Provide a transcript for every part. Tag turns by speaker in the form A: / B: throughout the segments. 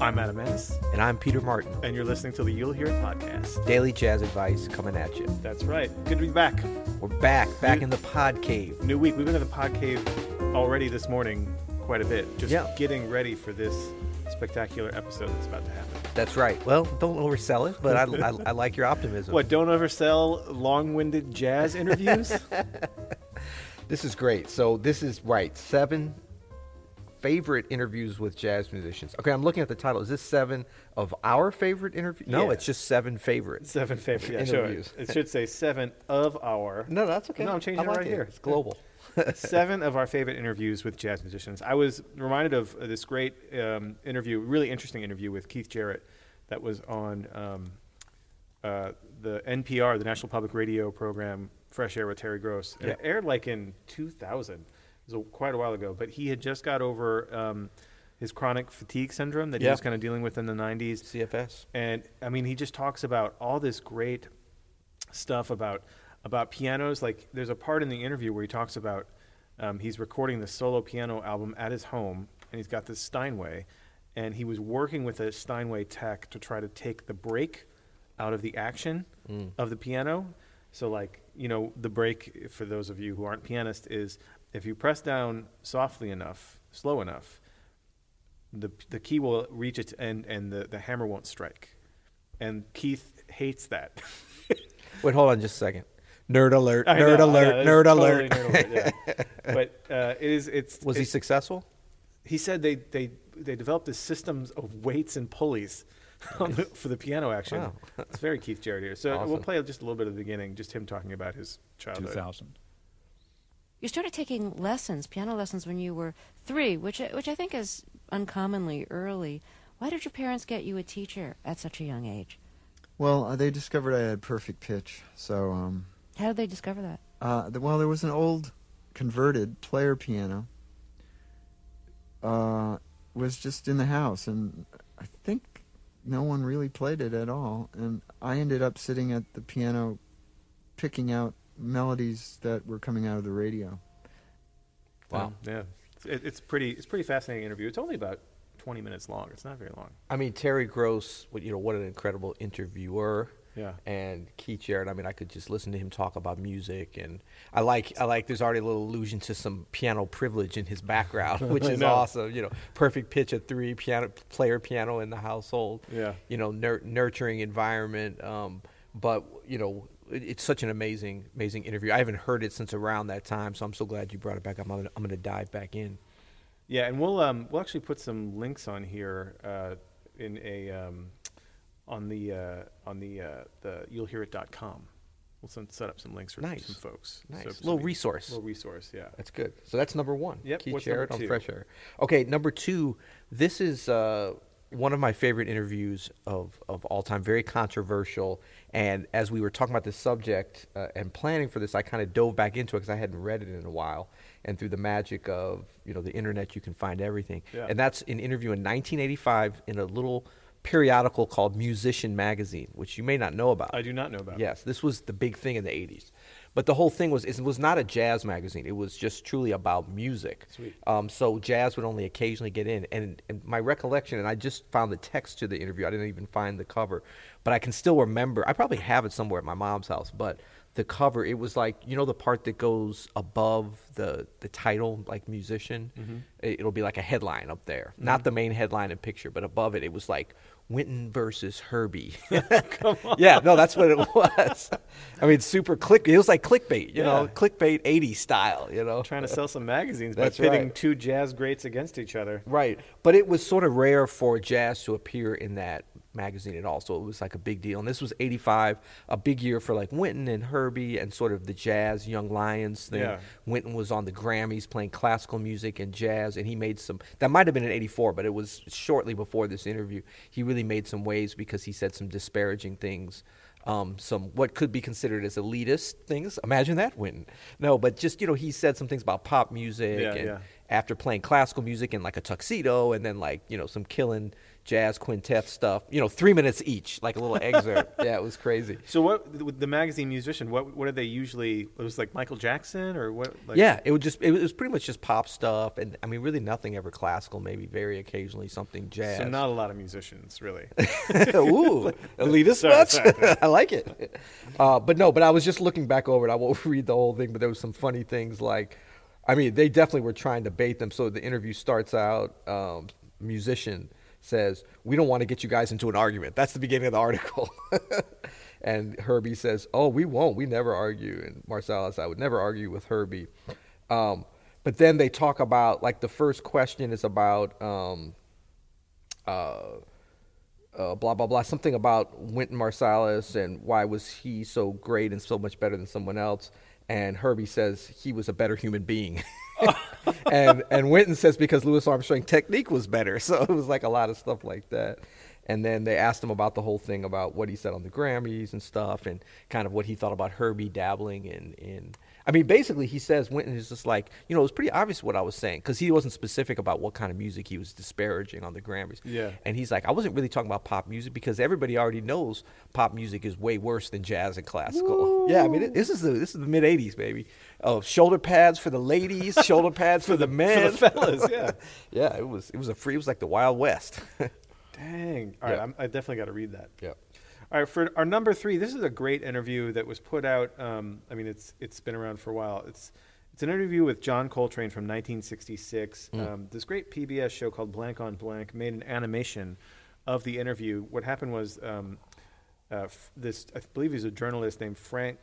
A: I'm Adam Ennis,
B: And I'm Peter Martin.
A: and you're listening to the You'll Hear It podcast.
B: Daily jazz advice coming at you.
A: That's right. Good to be back.
B: We're back, back
A: You-
B: in the pod cave.
A: New week. We've been in the pod cave already this morning quite a bit, just
B: Yeah.
A: getting ready for this spectacular episode that's about to happen.
B: That's right. Well, don't oversell it, but I, I, I like your optimism.
A: What, don't oversell long winded jazz interviews?
B: This is great. So this is right. Seven favorite interviews with jazz musicians. Okay, I'm looking at the title. Is this seven of our favorite interviews? No,
A: Yeah.
B: it's just seven favorites.
A: seven favorite yeah, sure.
B: Interviews.
A: It should say seven of our.
B: No, that's okay.
A: No, I'm changing
B: I
A: it
B: like
A: right here.
B: It's global.
A: seven of our favorite interviews with jazz musicians. I was reminded of uh, this great um, interview, really interesting interview with Keith Jarrett that was on um, uh, the NPR, the National Public Radio program, Fresh Air with Terry Gross. And It
B: Yeah.
A: aired like in 2000. It was a, quite a while ago, but he had just got over um, his chronic fatigue syndrome that he
B: Yeah.
A: was kind of dealing with in the 90s.
B: CFS.
A: And I mean, he just talks about all this great stuff about about pianos. Like, there's a part in the interview where he talks about um, he's recording the solo piano album at his home, and he's got this Steinway, and he was working with a Steinway tech to try to take the break out of the action of the piano. So, like, you know, the break for those of you who aren't pianists is if you press down softly enough, slow enough, the the key will reach its end and the, the hammer won't strike. And Keith hates that.
B: Wait, hold on just a second. Nerd alert.
A: I
B: Nerd
A: know, I know,
B: alert.
A: it's
B: Nerd
A: totally
B: alert.
A: nerd alert, yeah. But uh, it is it's
B: Was he
A: it's-
B: successful?
A: he said they they they developed this systems of weights and pulleys on the, for the piano action.
B: Wow.
A: it's very Keith Jarrett here. So we'll
B: Awesome.
A: play just a little bit of the beginning, just him talking about his childhood.
C: 2000.
D: You started taking lessons, piano lessons, when you were three, which I- which I think is uncommonly early. Why did your parents get you a teacher at such a young age?
E: Well, uh, they discovered I had perfect pitch. So, um,
D: How did they discover that?
E: uh, th- well, there was an old converted player piano. Uh, was just in the house, and I think no one really played it at all. And I ended up sitting at the piano, picking out melodies that were coming out of the radio.
B: Wow.
A: Yeah, It's- it, it's pretty it's a pretty fascinating interview. It's only about twenty minutes long. It's not very long.
B: I mean, Terry Gross, what- you know, what an incredible interviewer.
A: Yeah.
B: And Keith Jarrett, I mean, I could just listen to him talk about music, and I like, I like. There's already a little allusion to some piano privilege in his background, which is
A: know.
B: awesome. You know, perfect pitch at three, piano player piano in the household.
A: Yeah.
B: You know, nur- nurturing environment. Um, but you know, it, it's such an amazing, amazing interview. I haven't heard it since around that time, so I'm so glad you brought it back up. I'm gonna, I'm gonna dive back in.
A: Yeah, and we'll um, we'll actually put some links on here uh, in a um, on the uh, on the uh, the you'll hear it.com. We'll send, set up some links for
B: Nice.
A: some folks.
B: Nice.
A: So- so
B: Little
A: we-
B: resource.
A: Little resource. Yeah.
B: That's good. So that's number one.
A: Yep,
B: Keith
A: what's number
B: Jarrett on
A: two?
B: Fresh Air. Okay, number two. This is uh, one of my favorite interviews of, of all time. Very controversial. And as we were talking about this subject uh, and planning for this, I kind of dove back into it because I hadn't read it in a while. And through the magic of you know the internet, you can find everything.
A: Yeah.
B: And that's an interview in 1985 in a little periodical called Musician Magazine, which you may not know about.
A: I do not know about.
B: Yes, this was the big thing in the 80s. But the whole thing was it was not a jazz magazine. It was just truly about music.
A: Sweet.
B: Um, so jazz would only occasionally get in. And, and my recollection, and I just found the text to the interview. I didn't even find the cover, but I can still remember. I probably have it somewhere at my mom's house. But the cover, it was like you know the part that goes above the the title, like musician.
A: Mm-hmm.
B: It, will be like a headline up there, not the main headline and picture, but above it, it was like. Winton versus Herbie. Yeah, no, that's what it was. I mean, super click. It was like clickbait, you know,
A: Yeah.
B: clickbait 80s style, you know.
A: Trying to sell some magazines by
B: That's
A: pitting
B: right.
A: two jazz greats against each other.
B: Right. But it was sort of rare for jazz to appear in that magazine at all. So it was like a big deal. And this was 85, a big year for like Winton and Herbie and sort of the jazz Young Lions thing.
A: Yeah.
B: Winton was on the Grammys playing classical music and jazz. And he made some, that might have been in 84, but it was shortly before this interview. He really made some waves because he said some disparaging things. Um, some what could be considered as elitist things. Imagine that, Winton. No, but just you know, he said some things about pop music
A: Yeah,
B: and
A: yeah.
B: after playing classical music in like a tuxedo and then like you know some killing jazz quintet stuff. You know, three minutes each, like a little excerpt. yeah, it was crazy.
A: So what with the magazine musician? What what did they usually? It was like Michael Jackson or what? Like,
B: yeah, it would just it was pretty much just pop stuff, and I mean, really nothing ever classical. Maybe very occasionally something jazz.
A: So not a lot of musicians really.
B: Ooh, elitist
A: Sorry,
B: much?
A: sorry.
B: I like it. Uh, but no, but I was just looking back over it. I won't read the whole thing, but there was some funny things like, I mean, they definitely were trying to bait them. So the interview starts out, um, musician says, "We don't want to get you guys into an argument." That's the beginning of the article. and Herbie says, "Oh, we won't. We never argue." And Marsalis, I would never argue with Herbie. Um, but then they talk about like the first question is about. Um, uh, uh, blah blah blah, something about Wynton Marsalis and why was he so great and so much better than someone else? And Herbie says he was a better human being, and and Wynton says because Louis Armstrong's technique was better. So it was like a lot of stuff like that. And then they asked him about the whole thing about what he said on the Grammys and stuff, and kind of what he thought about Herbie dabbling in in. I mean, basically, he says Wynton is just like, you know, it was pretty obvious what I was saying because he wasn't specific about what kind of music he was disparaging on the Grammys.
A: Yeah.
B: And he's like, I wasn't really talking about pop music because everybody already knows pop music is way worse than jazz and classical. Yeah, I mean, this is the this is the mid '80s, baby. Oh, shoulder pads for the ladies, shoulder pads for, the men,
A: fellas, yeah.
B: yeah. It was it was a free. It was like the Wild West.
A: Dang. All right,
B: Yeah.
A: I'm, I definitely got to read that.
B: yeah.
A: All right, for our number three, this is a great interview that was put out. Um, I mean, it's it's been around for a while. It's it's an interview with John Coltrane from 1966. Um, this great PBS show called Blank on Blank made an animation of the interview. What happened was um, uh, f- this, I believe he's a journalist named Frank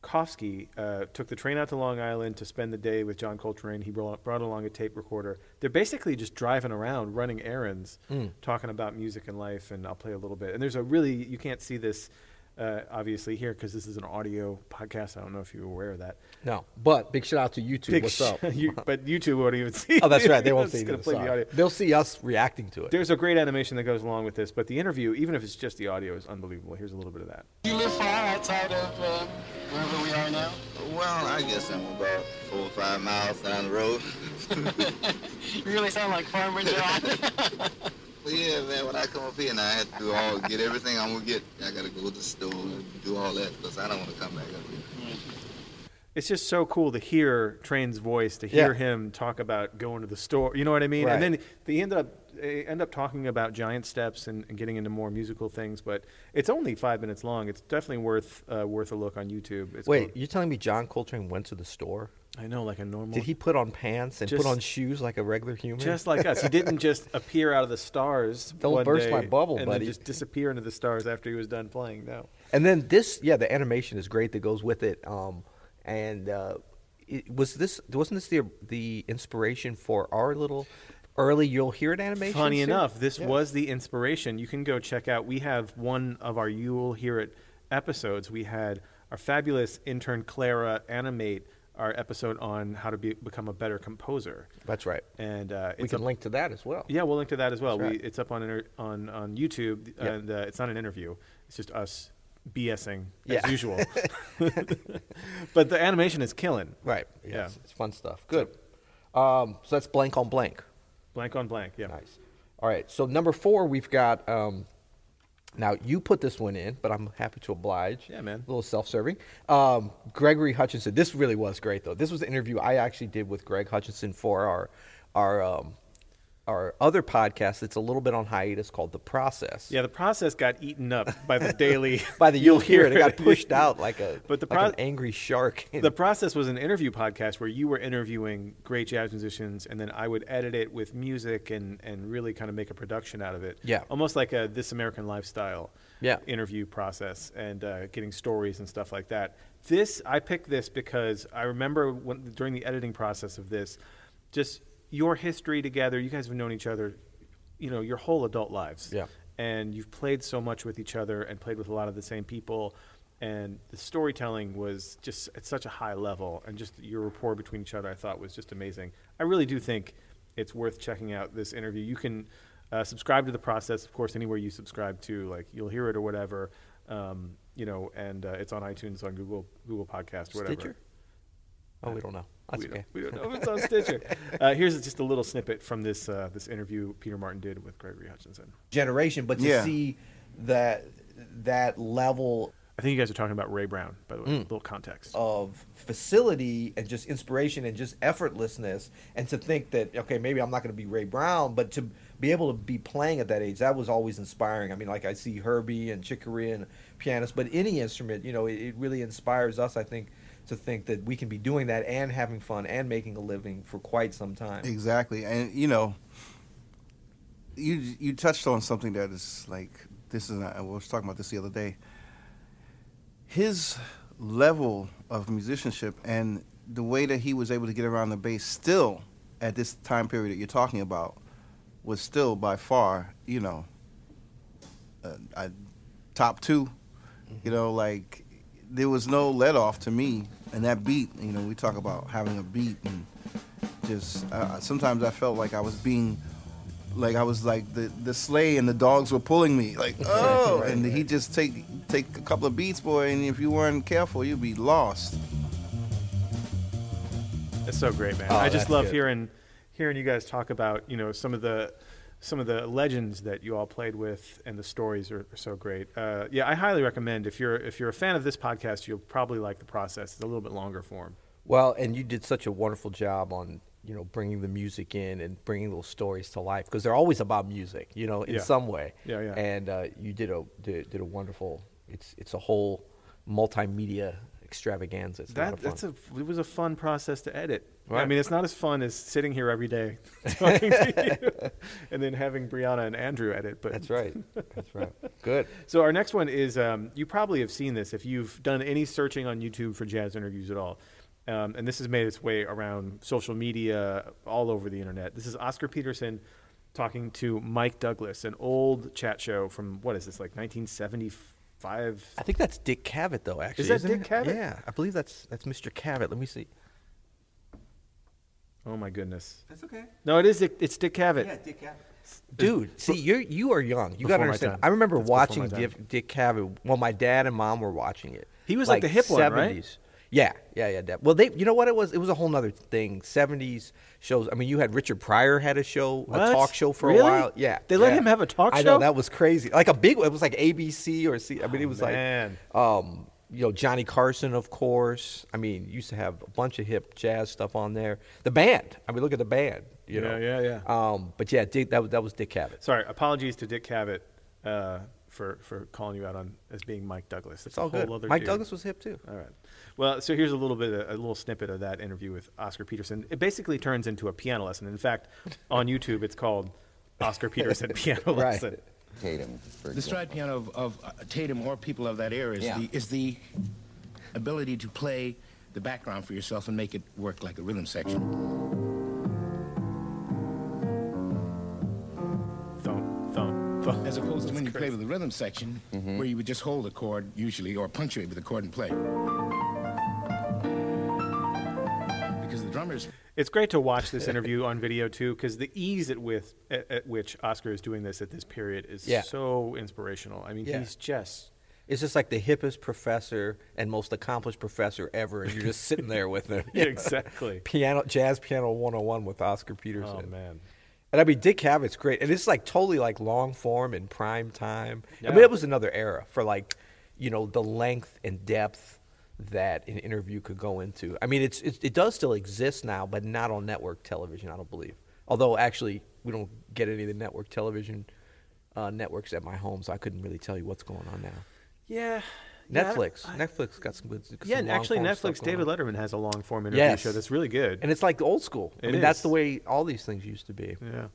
A: Kofsky, uh, took the train out to Long Island to spend the day with John Coltrane. He brought, brought along a tape recorder. They're basically just driving around, running errands,
B: Hmm.
A: talking about music and life. And I'll play a little bit. And there's a really, you can't see this uh, obviously here because this is an audio podcast. I don't know if you're aware of that.
B: No, but big shout out to YouTube. What's up?
A: you, but YouTube won't even see.
B: Oh, that's
A: it.
B: right. They won't
A: It's
B: see
A: gonna
B: this.
A: play the
B: Sorry.
A: audio.
B: They'll see us reacting to it.
A: There's a great animation that goes along with this, but the interview, even if it's just the audio, is unbelievable. Here's a little bit of that.
C: You live far outside of uh, wherever we are now?
F: Well, I guess I'm about four or five miles down the road.
C: You really sound like Farmer John.
F: But yeah, man, when I come up here and I have to do all, get everything I'm gonna get, I gotta go to the store and do all that because I don't want to come back up here.
A: it's just so cool to hear Train's voice, to hear
B: Yeah.
A: him talk about going to the store. You know what I mean? And
B: Right.
A: then they end up they end up talking about giant steps and, and getting into more musical things. But it's only five minutes long. It's definitely worth uh, worth a look on YouTube. It's
B: Wait,
A: cool.
B: you're telling me John Coltrane went to the store?
A: I know, like a normal.
B: Did he put on pants and
A: Just-
B: put on shoes like a regular human?
A: just like us? He didn't just appear out of the stars.
B: Don't
A: one
B: burst my
A: day
B: bubble,
A: and
B: buddy.
A: Then just disappear into the stars after he was done playing. No.
B: And then this, yeah, the animation is great that goes with it. Um, and uh, it, was this wasn't this the the inspiration for our little early you'll hear it animation?
A: Funny enough, this was the inspiration. You can go check out. We have one of our You'll Hear It episodes. We had our fabulous intern Clara animate our episode on how to be, become a better composer.
B: That's right.
A: And uh,
B: we
A: it's
B: can
A: up-
B: link to that as well.
A: Yeah, we'll link to that as well.
B: That's
A: We,
B: right.
A: it's up on inter- on on YouTube,
B: Yeah.
A: and uh, it's not an interview. It's just us BSing
B: Yeah.
A: as usual. but the animation is killing.
B: Right.
A: Yeah.
B: Yes. It's fun stuff. Good. Um, so that's blank on blank.
A: Blank on blank. Yeah.
B: Nice. All right. So number four, we've got. Um, now you put this one in, but I'm happy to oblige.
A: Yeah, man.
B: A little self-serving. Um, Gregory Hutchinson. This really was great, though. This was the interview I actually did with Greg Hutchinson for our our um, our other podcast. that's a little bit on hiatus called The Process.
A: Yeah, the process got eaten up by the daily.
B: By the you'll hear it, it got pushed out like a
A: But the
B: like an
A: pro-
B: angry shark.
A: the process was an interview podcast where you were interviewing great jazz musicians and then i would edit it with music and, and really kind of make a production out of it
B: Yeah.
A: almost like a this american lifestyle
B: Yeah.
A: interview process and uh, getting stories and stuff like that this i picked this because i remember when, during the editing process of this just your history together you guys have known each other you know your whole adult lives
B: Yeah.
A: and you've played so much with each other and played with a lot of the same people and the storytelling was just at such a high level and just your rapport between each other i thought was just amazing i really do think it's worth checking out this interview you can uh, subscribe to the process of course anywhere you subscribe to like you'll hear it or whatever um, you know and uh, it's on itunes on google google podcast whatever
B: Stitcher? Oh, we don't know. That's
A: we,
B: okay.
A: don't, we don't know if it's on Stitcher. Uh, here's just a little snippet from this uh, this interview Peter Martin did with Gregory Hutchinson.
G: generation, but to
H: Yeah.
G: see that that level
A: I think you guys are talking about Ray Brown, by the way.
B: Hmm.
A: A little context.
B: Oh.
G: of facility and just inspiration and just effortlessness and to think that okay maybe i'm not going to be ray brown but to be able to be playing at that age that was always inspiring i mean like i see herbie and chicory and pianists but any instrument you know it, it really inspires us i think to think that we can be doing that and having fun and making a living for quite some time
H: Exactly, and you know, you you touched on something that is like this is. Not, I was talking about this the other day. His level of musicianship and the way that he was able to get around the bass still at this time period that you're talking about was still by far, you know, uh, I, top 2 You know, like there was no let off to me, and that beat. You know, we talk about having a beat and just uh, sometimes I felt like I was being like I was like the the sleigh and the dogs were pulling me like oh and he just take take a couple of beats boy and if you weren't careful you'd be lost
A: That's so great, man.
B: Oh,
A: I just
B: that's
A: love
B: good.
A: hearing hearing you guys talk about you know some of the some of the legends that you all played with, and the stories are, are so great. Uh, yeah, I highly recommend if you're if you're a fan of this podcast, you'll probably like the process. It's a little bit longer form.
B: Well, and you did such a wonderful job on you know bringing the music in and bringing those stories to life because they're always about music, you know, in
A: Yeah.
B: some way.
A: Yeah, yeah.
B: And uh, you did a did, did a wonderful. It's it's a whole multimedia extravaganza. It's a lot
A: That
B: of fun.
A: that's a it was a fun process to edit. I
B: Right.
A: mean, it's not as fun as sitting here every day talking to you and then having Brianna and Andrew edit. But
B: That's right. That's right. Good.
A: So our next one is um, you probably have seen this if you've done any searching on YouTube for jazz interviews at all. Um, and this has made its way around social media all over the internet. This is Oscar Peterson talking to Mike Douglas, an old chat show from what is this like 1975?
B: I think that's Dick Cavett though. Actually,
A: that
B: isn't
A: Dick
B: it?
A: Cavett?
B: Yeah, I believe that's that's Mr. Cavett. Let me see.
A: Oh my goodness!
G: that's okay
A: No, it is Dick, it's Dick Cavett.
G: dick
B: Dude, see, you you are young. You got
A: Before
B: to
A: my
B: understand.
A: time.
B: I remember
A: That's before my
B: watching
A: time.
B: Dick, Dick Cavett. Well, my dad and mom were watching it.
A: He was like the hip one, right?
B: Yeah, yeah, yeah. Dad. Well, they, you know what it was? It was a whole nother thing. Seventies shows. I mean, you had Richard Pryor had a show,
A: What?
B: a talk show for
A: Really?
B: a while. Yeah,
A: They let
B: yeah.
A: him have a talk
B: I
A: show? Oh,
B: know that was crazy. Like a big. It was like ABC or C. I mean, it was
A: man.
B: like, um, you know, Johnny Carson, of course. I mean, used to have a bunch of hip jazz stuff on there. The band. I mean, look at the band. You
A: Yeah,
B: know.
A: yeah, yeah.
B: Um, but yeah, Dick, that was- that was Dick Cavett.
A: Sorry, apologies to Dick Cavett uh, for for calling you out on as being Mike Douglas. That's
B: It's all
A: a whole
B: good.
A: other
B: Mike
A: dude.
B: Douglas was hip too.
A: All right. Well, so here's a little bit, a little snippet of that interview with Oscar Peterson. It basically turns into a piano lesson. In fact, on YouTube, it's called Oscar Peterson Piano
B: Right.
A: Lesson.
I: Tatum, for
J: The stride piano of, of uh, Tatum or people of that era is,
I: Yeah.
J: the, is the ability to play the background for yourself and make it work like a rhythm section.
A: Thump, thump, thump.
J: As opposed to when you play
A: crazy.
J: with the rhythm section, where you would just hold a chord usually or punctuate with a chord and play. Because the drummers
A: It's great to watch this interview on video too, because the ease at with at, at which Oscar is doing this at this period is
B: Yeah.
A: so inspirational. I mean,
B: Yeah.
A: he's just
B: It's just like the hippest professor and most accomplished professor ever, and you're just sitting there with him.
A: Yeah, exactly.
B: Piano, jazz piano 101 with Oscar Peterson.
A: oh man.
B: And I mean, Dick Cavett's great, and it's like totally like long form and prime time. I
A: Yeah.
B: mean, it was another era for like, you know, the length and depth that an interview could go into. I mean, it's it, it does still exist now, but not on network television, I don't believe. Although actually, we don't get any of the network television uh, networks at my home, so I couldn't really tell you what's going on now.
A: Yeah.
B: Netflix, Netflix got some good.
A: Yeah,
B: some
A: and actually,
B: long-form stuff
A: Netflix.
B: going
A: David
B: on.
A: Letterman has a long form interview
B: Yes.
A: show that's really good.
B: and it's like old school. I
A: It
B: mean, that's the
A: is.
B: way all these things used to be.
A: Yeah.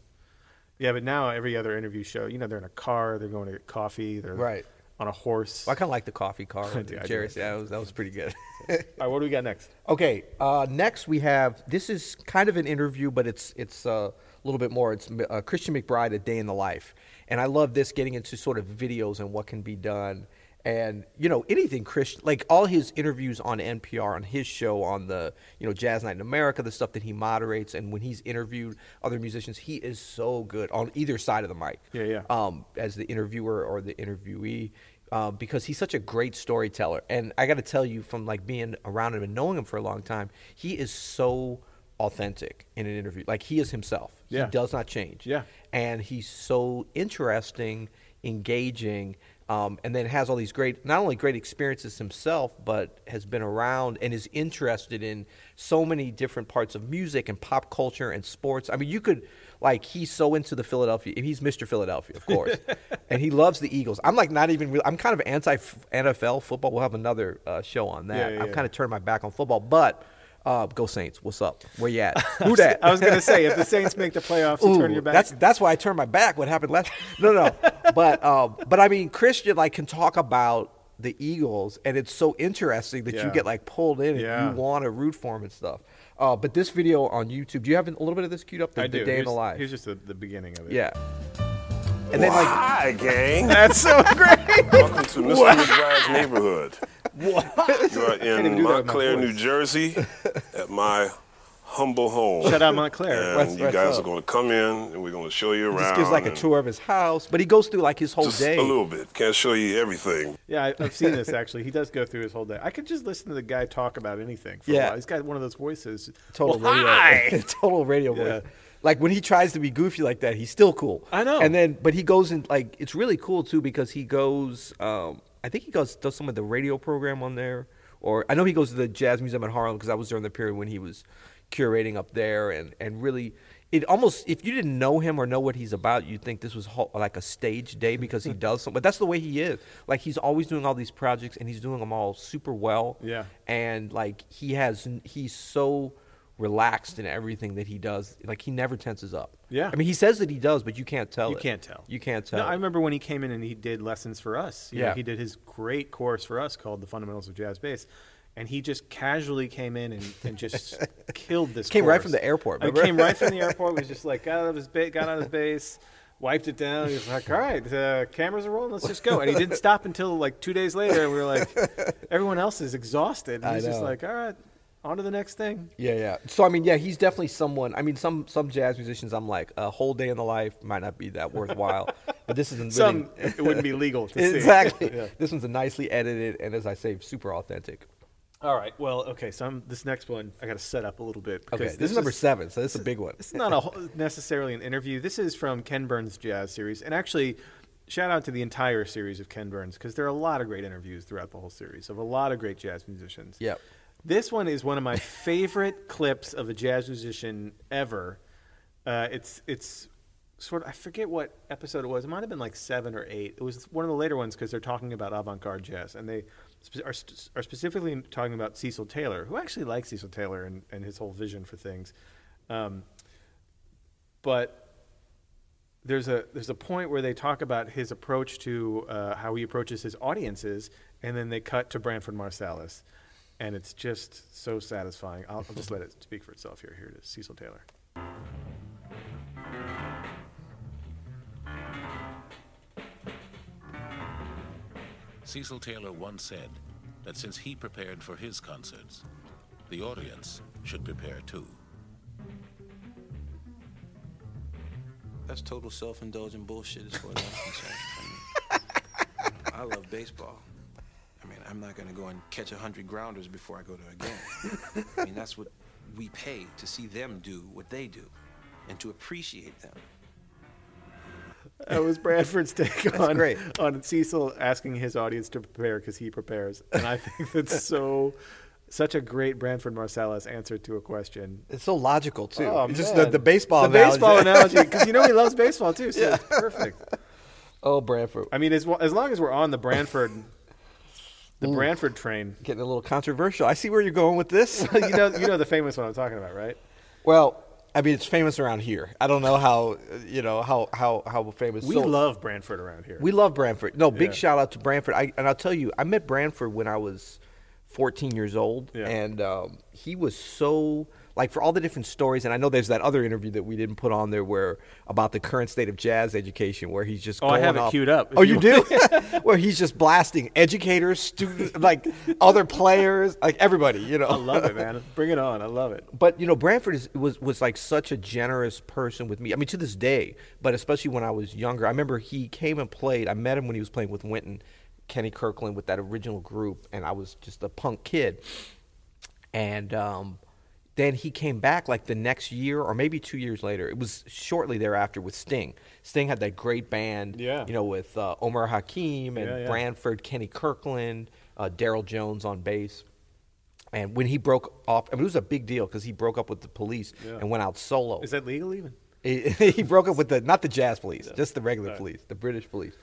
A: Yeah, but now every other interview show, you know, they're in a car, they're going to get coffee, they're
B: Right.
A: on a horse.
B: I kind of like the coffee car.
A: I do, I do.
B: Jerry's. Yeah, that was, that was pretty good.
A: All right, what do we got next?
B: Okay. Uh, next, we have this is kind of an interview, but it's it's uh, a little bit more. It's uh, Christian McBride, A Day in the Life, and I love this getting into sort of videos and what can be done, and you know anything Christian like all his interviews on NPR, on his show, on the you know Jazz Night in America, the stuff that he moderates, and when he's interviewed other musicians, he is so good on either side of the mic.
A: Yeah, yeah.
B: Um, as the interviewer or the interviewee. uh, because he's such a great storyteller. And I got to tell you, from like being around him and knowing him for a long time, he is so authentic in an interview. Like he is himself.
A: Yeah.
B: He does not change.
A: Yeah.
B: And he's so interesting, engaging, um, and then has all these great, not only great experiences himself, but has been around and is interested in so many different parts of music and pop culture and sports. I mean, you could, like, he's so into the Philadelphia, he's Mr. Philadelphia, of course, and he loves the Eagles. I'm like, not even, real, I'm kind of anti NFL football. We'll have another uh, show on that.
A: Yeah, yeah,
B: I've
A: yeah.
B: kind of turned my back on football, but. Uh, go Saints! What's up? Where you at? Who that?
A: I was going to say, if the Saints make the playoffs, you turn
B: Ooh,
A: your back.
B: That's that's why I turned my back. What happened last? No, no, no. but um, but I mean, Christian like can talk about the Eagles, and it's so interesting that
A: Yeah.
B: you get like pulled in and
A: Yeah.
B: you want to root for him and stuff. Uh, but this video on YouTube, do you have a little bit of this queued up? The,
A: I
B: the
A: do.
B: day
A: here's,
B: in the life.
A: Here's just the, the beginning of it.
B: yeah. And then like
I: Hi, gang.
A: That's so great.
I: Welcome to Mr. McBride's neighborhood. You are
A: even do that with
I: in
A: my
I: Montclair,
A: voice.
I: New Jersey, at my humble home.
A: Shout out Montclair.
I: And
B: What's-
I: you
B: what's
I: guys
B: up?
I: are going to come in, and we're going to show you around.
B: just gives like a
I: and
B: tour of his house, but he goes through like his whole
I: Just
B: day.
I: a little bit. Can't show you everything.
A: Yeah, I, I've seen this actually. He does go through his whole day. I could just listen to the guy talk about anything for a
B: Yeah.
A: while. He's got one of those voices.
B: total
A: Well,
B: radio, total radio voice. Like when he tries to be goofy like that, he's still cool.
A: I know.
B: And then, but he goes in like it's really cool too because he goes. Um, I think he goes does some of the radio program on there, or I know he goes to the jazz museum in Harlem because that was during the period when he was curating up there and and really. It almost, if you didn't know him or know what he's about, you'd think this was ho- like a stage day because he does something. But that's the way he is. Like, he's always doing all these projects and he's doing them all super well
A: Yeah.
B: and like he has he's so relaxed in everything that he does like he never tenses up
A: Yeah.
B: i mean he says that he does but you can't tell
A: You
B: it.
A: can't tell.
B: you can't tell
A: No, I remember when he came in and he did lessons for us. You know,
B: Yeah.
A: he did his great course for us called The Fundamentals of Jazz Bass. And he just casually came in and, and just killed this.
B: Came right
A: course.
B: from the airport,
A: I mean,
B: remember?
A: came right from the airport. Was just like got out of his ba- got out of his base, wiped it down. He was like, "All right, the cameras are rolling. Let's just go." And he didn't stop until like two days later. And we were like, "Everyone else is exhausted." And
B: I
A: he's just
B: know.
A: like, "All right, on to the next thing."
B: yeah yeah so i mean yeah he's definitely someone i mean some some jazz musicians i'm like a whole day in the life might not be that worthwhile but this is really,
A: Some it wouldn't be legal to see.
B: exactly this one's a nicely edited and as i say super authentic
A: All right. Well, okay. So I'm, this next one, I got to set up a little bit.
B: okay
A: because
B: this, is number seven so this is a big one
A: This is not a whole, necessarily an interview. This is from Ken Burns' jazz series, and actually, shout out to the entire series of Ken Burns because there are a lot of great interviews throughout the whole series of a lot of great jazz musicians.
B: Yep.
A: This one is one of my favorite clips of a jazz musician ever. Uh, it's it's sort of I forget what episode it was. It might have been like seven or eight. It was one of the later ones because they're talking about avant-garde jazz, and they spe- are, st- are specifically talking about Cecil Taylor, who actually likes Cecil Taylor and, and his whole vision for things. Um, but there's a there's a point where they talk about his approach to uh, how he approaches his audiences, and then they cut to Branford Marsalis, and it's just so satisfying. I'll, I'll just let it speak for itself here. Here it is, Cecil Taylor.
K: Cecil Taylor once said that since he prepared for his concerts, the audience should prepare too.
L: That's total self-indulgent bullshit as far as I'm concerned. I, mean, I love baseball. I mean, I'm not going to go and catch a hundred grounders before I go to a game. I mean, that's what we pay to see them do what they do, and to appreciate them.
A: That was Bradford's take on
B: great.
A: on Cecil asking his audience to prepare because he prepares, and I think that's so such a great Branford Marsalis answer to a question
B: it's so logical too
A: Oh,
B: It's just the,
A: man.
B: the baseball
A: the
B: analogy.
A: baseball analogy because you know he loves baseball too, so it's perfect.
B: oh branford
A: I mean, as wa- as long as we're on the Branford, the
B: Mm.
A: Branford train,
B: getting a little controversial i see where you're going with this
A: you know, you know the famous one I'm talking about, right?
B: Well, I mean, it's famous around here. I don't know how you know how how how famous.
A: We
B: so-
A: love Branford around here.
B: we love Branford. No, big
A: Yeah.
B: shout out to Branford. I, and I'll tell you, I met Branford when I was 14 years old,
A: Yeah.
B: and um, he was so like for all the different stories. And I know there's that other interview that we didn't put on there where about the current state of jazz education, where he's just
A: Oh, I
B: going
A: have it
B: off-
A: queued up, if
B: Oh,
A: you
B: you do? where he's just blasting educators, students, like other players, like everybody. You know,
A: I love it, man. Bring it on. I love it.
B: but you know, Branford is, was was like such a generous person with me. I mean, to this day, but especially when I was younger, I remember he came and played. I met him when he was playing with Winton Kenny Kirkland with that original group, and I was just a punk kid. And um, then he came back like the next year or maybe two years later. It was shortly thereafter with Sting. Sting had that great band,
A: Yeah.
B: you know, with uh, Omar Hakim and
A: Yeah, yeah.
B: Branford, Kenny Kirkland, uh, Daryl Jones on bass. And when he broke off, I mean, it was a big deal because he broke up with the police
A: Yeah.
B: and went out solo.
A: Is that legal even?
B: He, he broke up with the not the jazz police, just the regular police, the British police.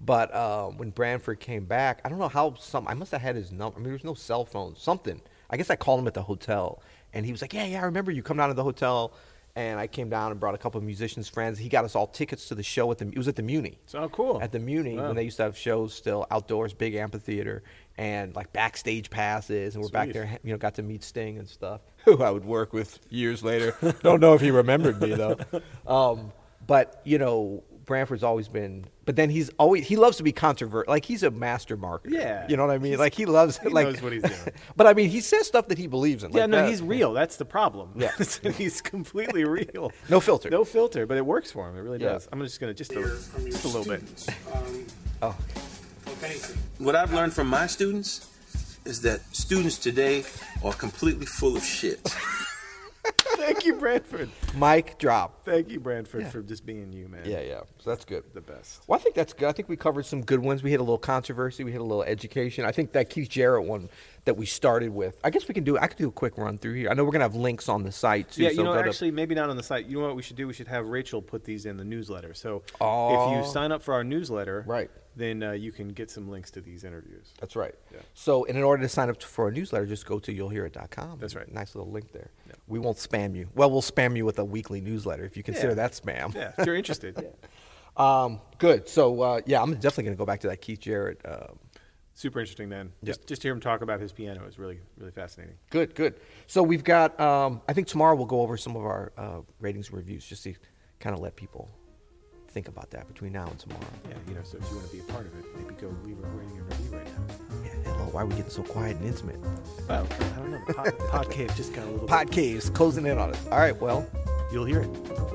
B: But um, when Branford came back, I don't know how some I must have had his number. I mean, there was no cell phone, something. I guess I called him at the hotel, and he was like, "Yeah, yeah, I remember you come down to the hotel." And I came down and brought a couple of musicians friends. He got us all tickets to the show at the. It was at the Muni.
A: So Oh, cool.
B: At the Muni
A: Wow.
B: when they used to have shows still outdoors, big amphitheater, and like backstage passes, and we're back
A: Sweet.
B: there you know, got to meet Sting and stuff, who I would work with years later. Don't know if he remembered me though. Um, but you know, Branford's always been. But then he's always he loves to be controversial. Like he's a master marketer.
A: Yeah.
B: you know what I mean.
A: He's-
B: Like he loves.
A: he
B: like,
A: knows what he's doing.
B: but I mean, he says stuff that he believes in.
A: yeah,
B: like
A: no,
B: that-
A: he's real. That's the problem.
B: Yeah.
A: he's completely real.
B: No filter.
A: No filter, but it works for him. It really
B: Yeah.
A: does. I'm just gonna just a, just a little bit.
B: Oh.
M: What I've learned from my students is that students today are completely full of shit.
A: Thank you, Branford.
B: Mike drop.
A: Thank you, Branford,
B: Yeah.
A: for just being you, man.
B: Yeah, yeah. So that's good.
A: The best.
B: Well, I think that's good. I think we covered some good ones. We had a little controversy. We had a little education. I think that Keith Jarrett one that we started with. I guess we can do. I could do a quick run through here. I know we're gonna have links on the site too.
A: yeah,
B: so
A: you know,
B: go to-
A: actually, maybe not on the site. You know what we should do? We should have Rachel put these in the newsletter. So if
B: Oh.
A: you sign up for our newsletter,
B: Right.
A: then uh, you can get some links to these interviews.
B: That's right.
A: Yeah.
B: So, and in order to sign up for a newsletter, just go to you'llhearit.com.
A: That's right.
B: Nice little link there. We won't spam you. Well, we'll spam you with a weekly newsletter if you consider
A: Yeah.
B: that spam.
A: Yeah, if you're interested.
B: Um, good. So, uh, yeah, I'm definitely going to go back to that Keith Jarrett. Um,
A: Super interesting, man.
B: Yeah.
A: Just just to hear him talk about his piano is really really fascinating.
B: Good, good. So we've got. Um, I think tomorrow we'll go over some of our uh, ratings and reviews, just to kind of let people think about that between now and tomorrow.
A: Yeah, you know, so if you want to be a part of it, maybe go leave a rating and review right now.
B: Hello, why are we getting so quiet and intimate?
A: Well, I don't know. The pod, pod cave just got a little.
B: Pod caves closing in on us. All right, well,
A: you'll hear it.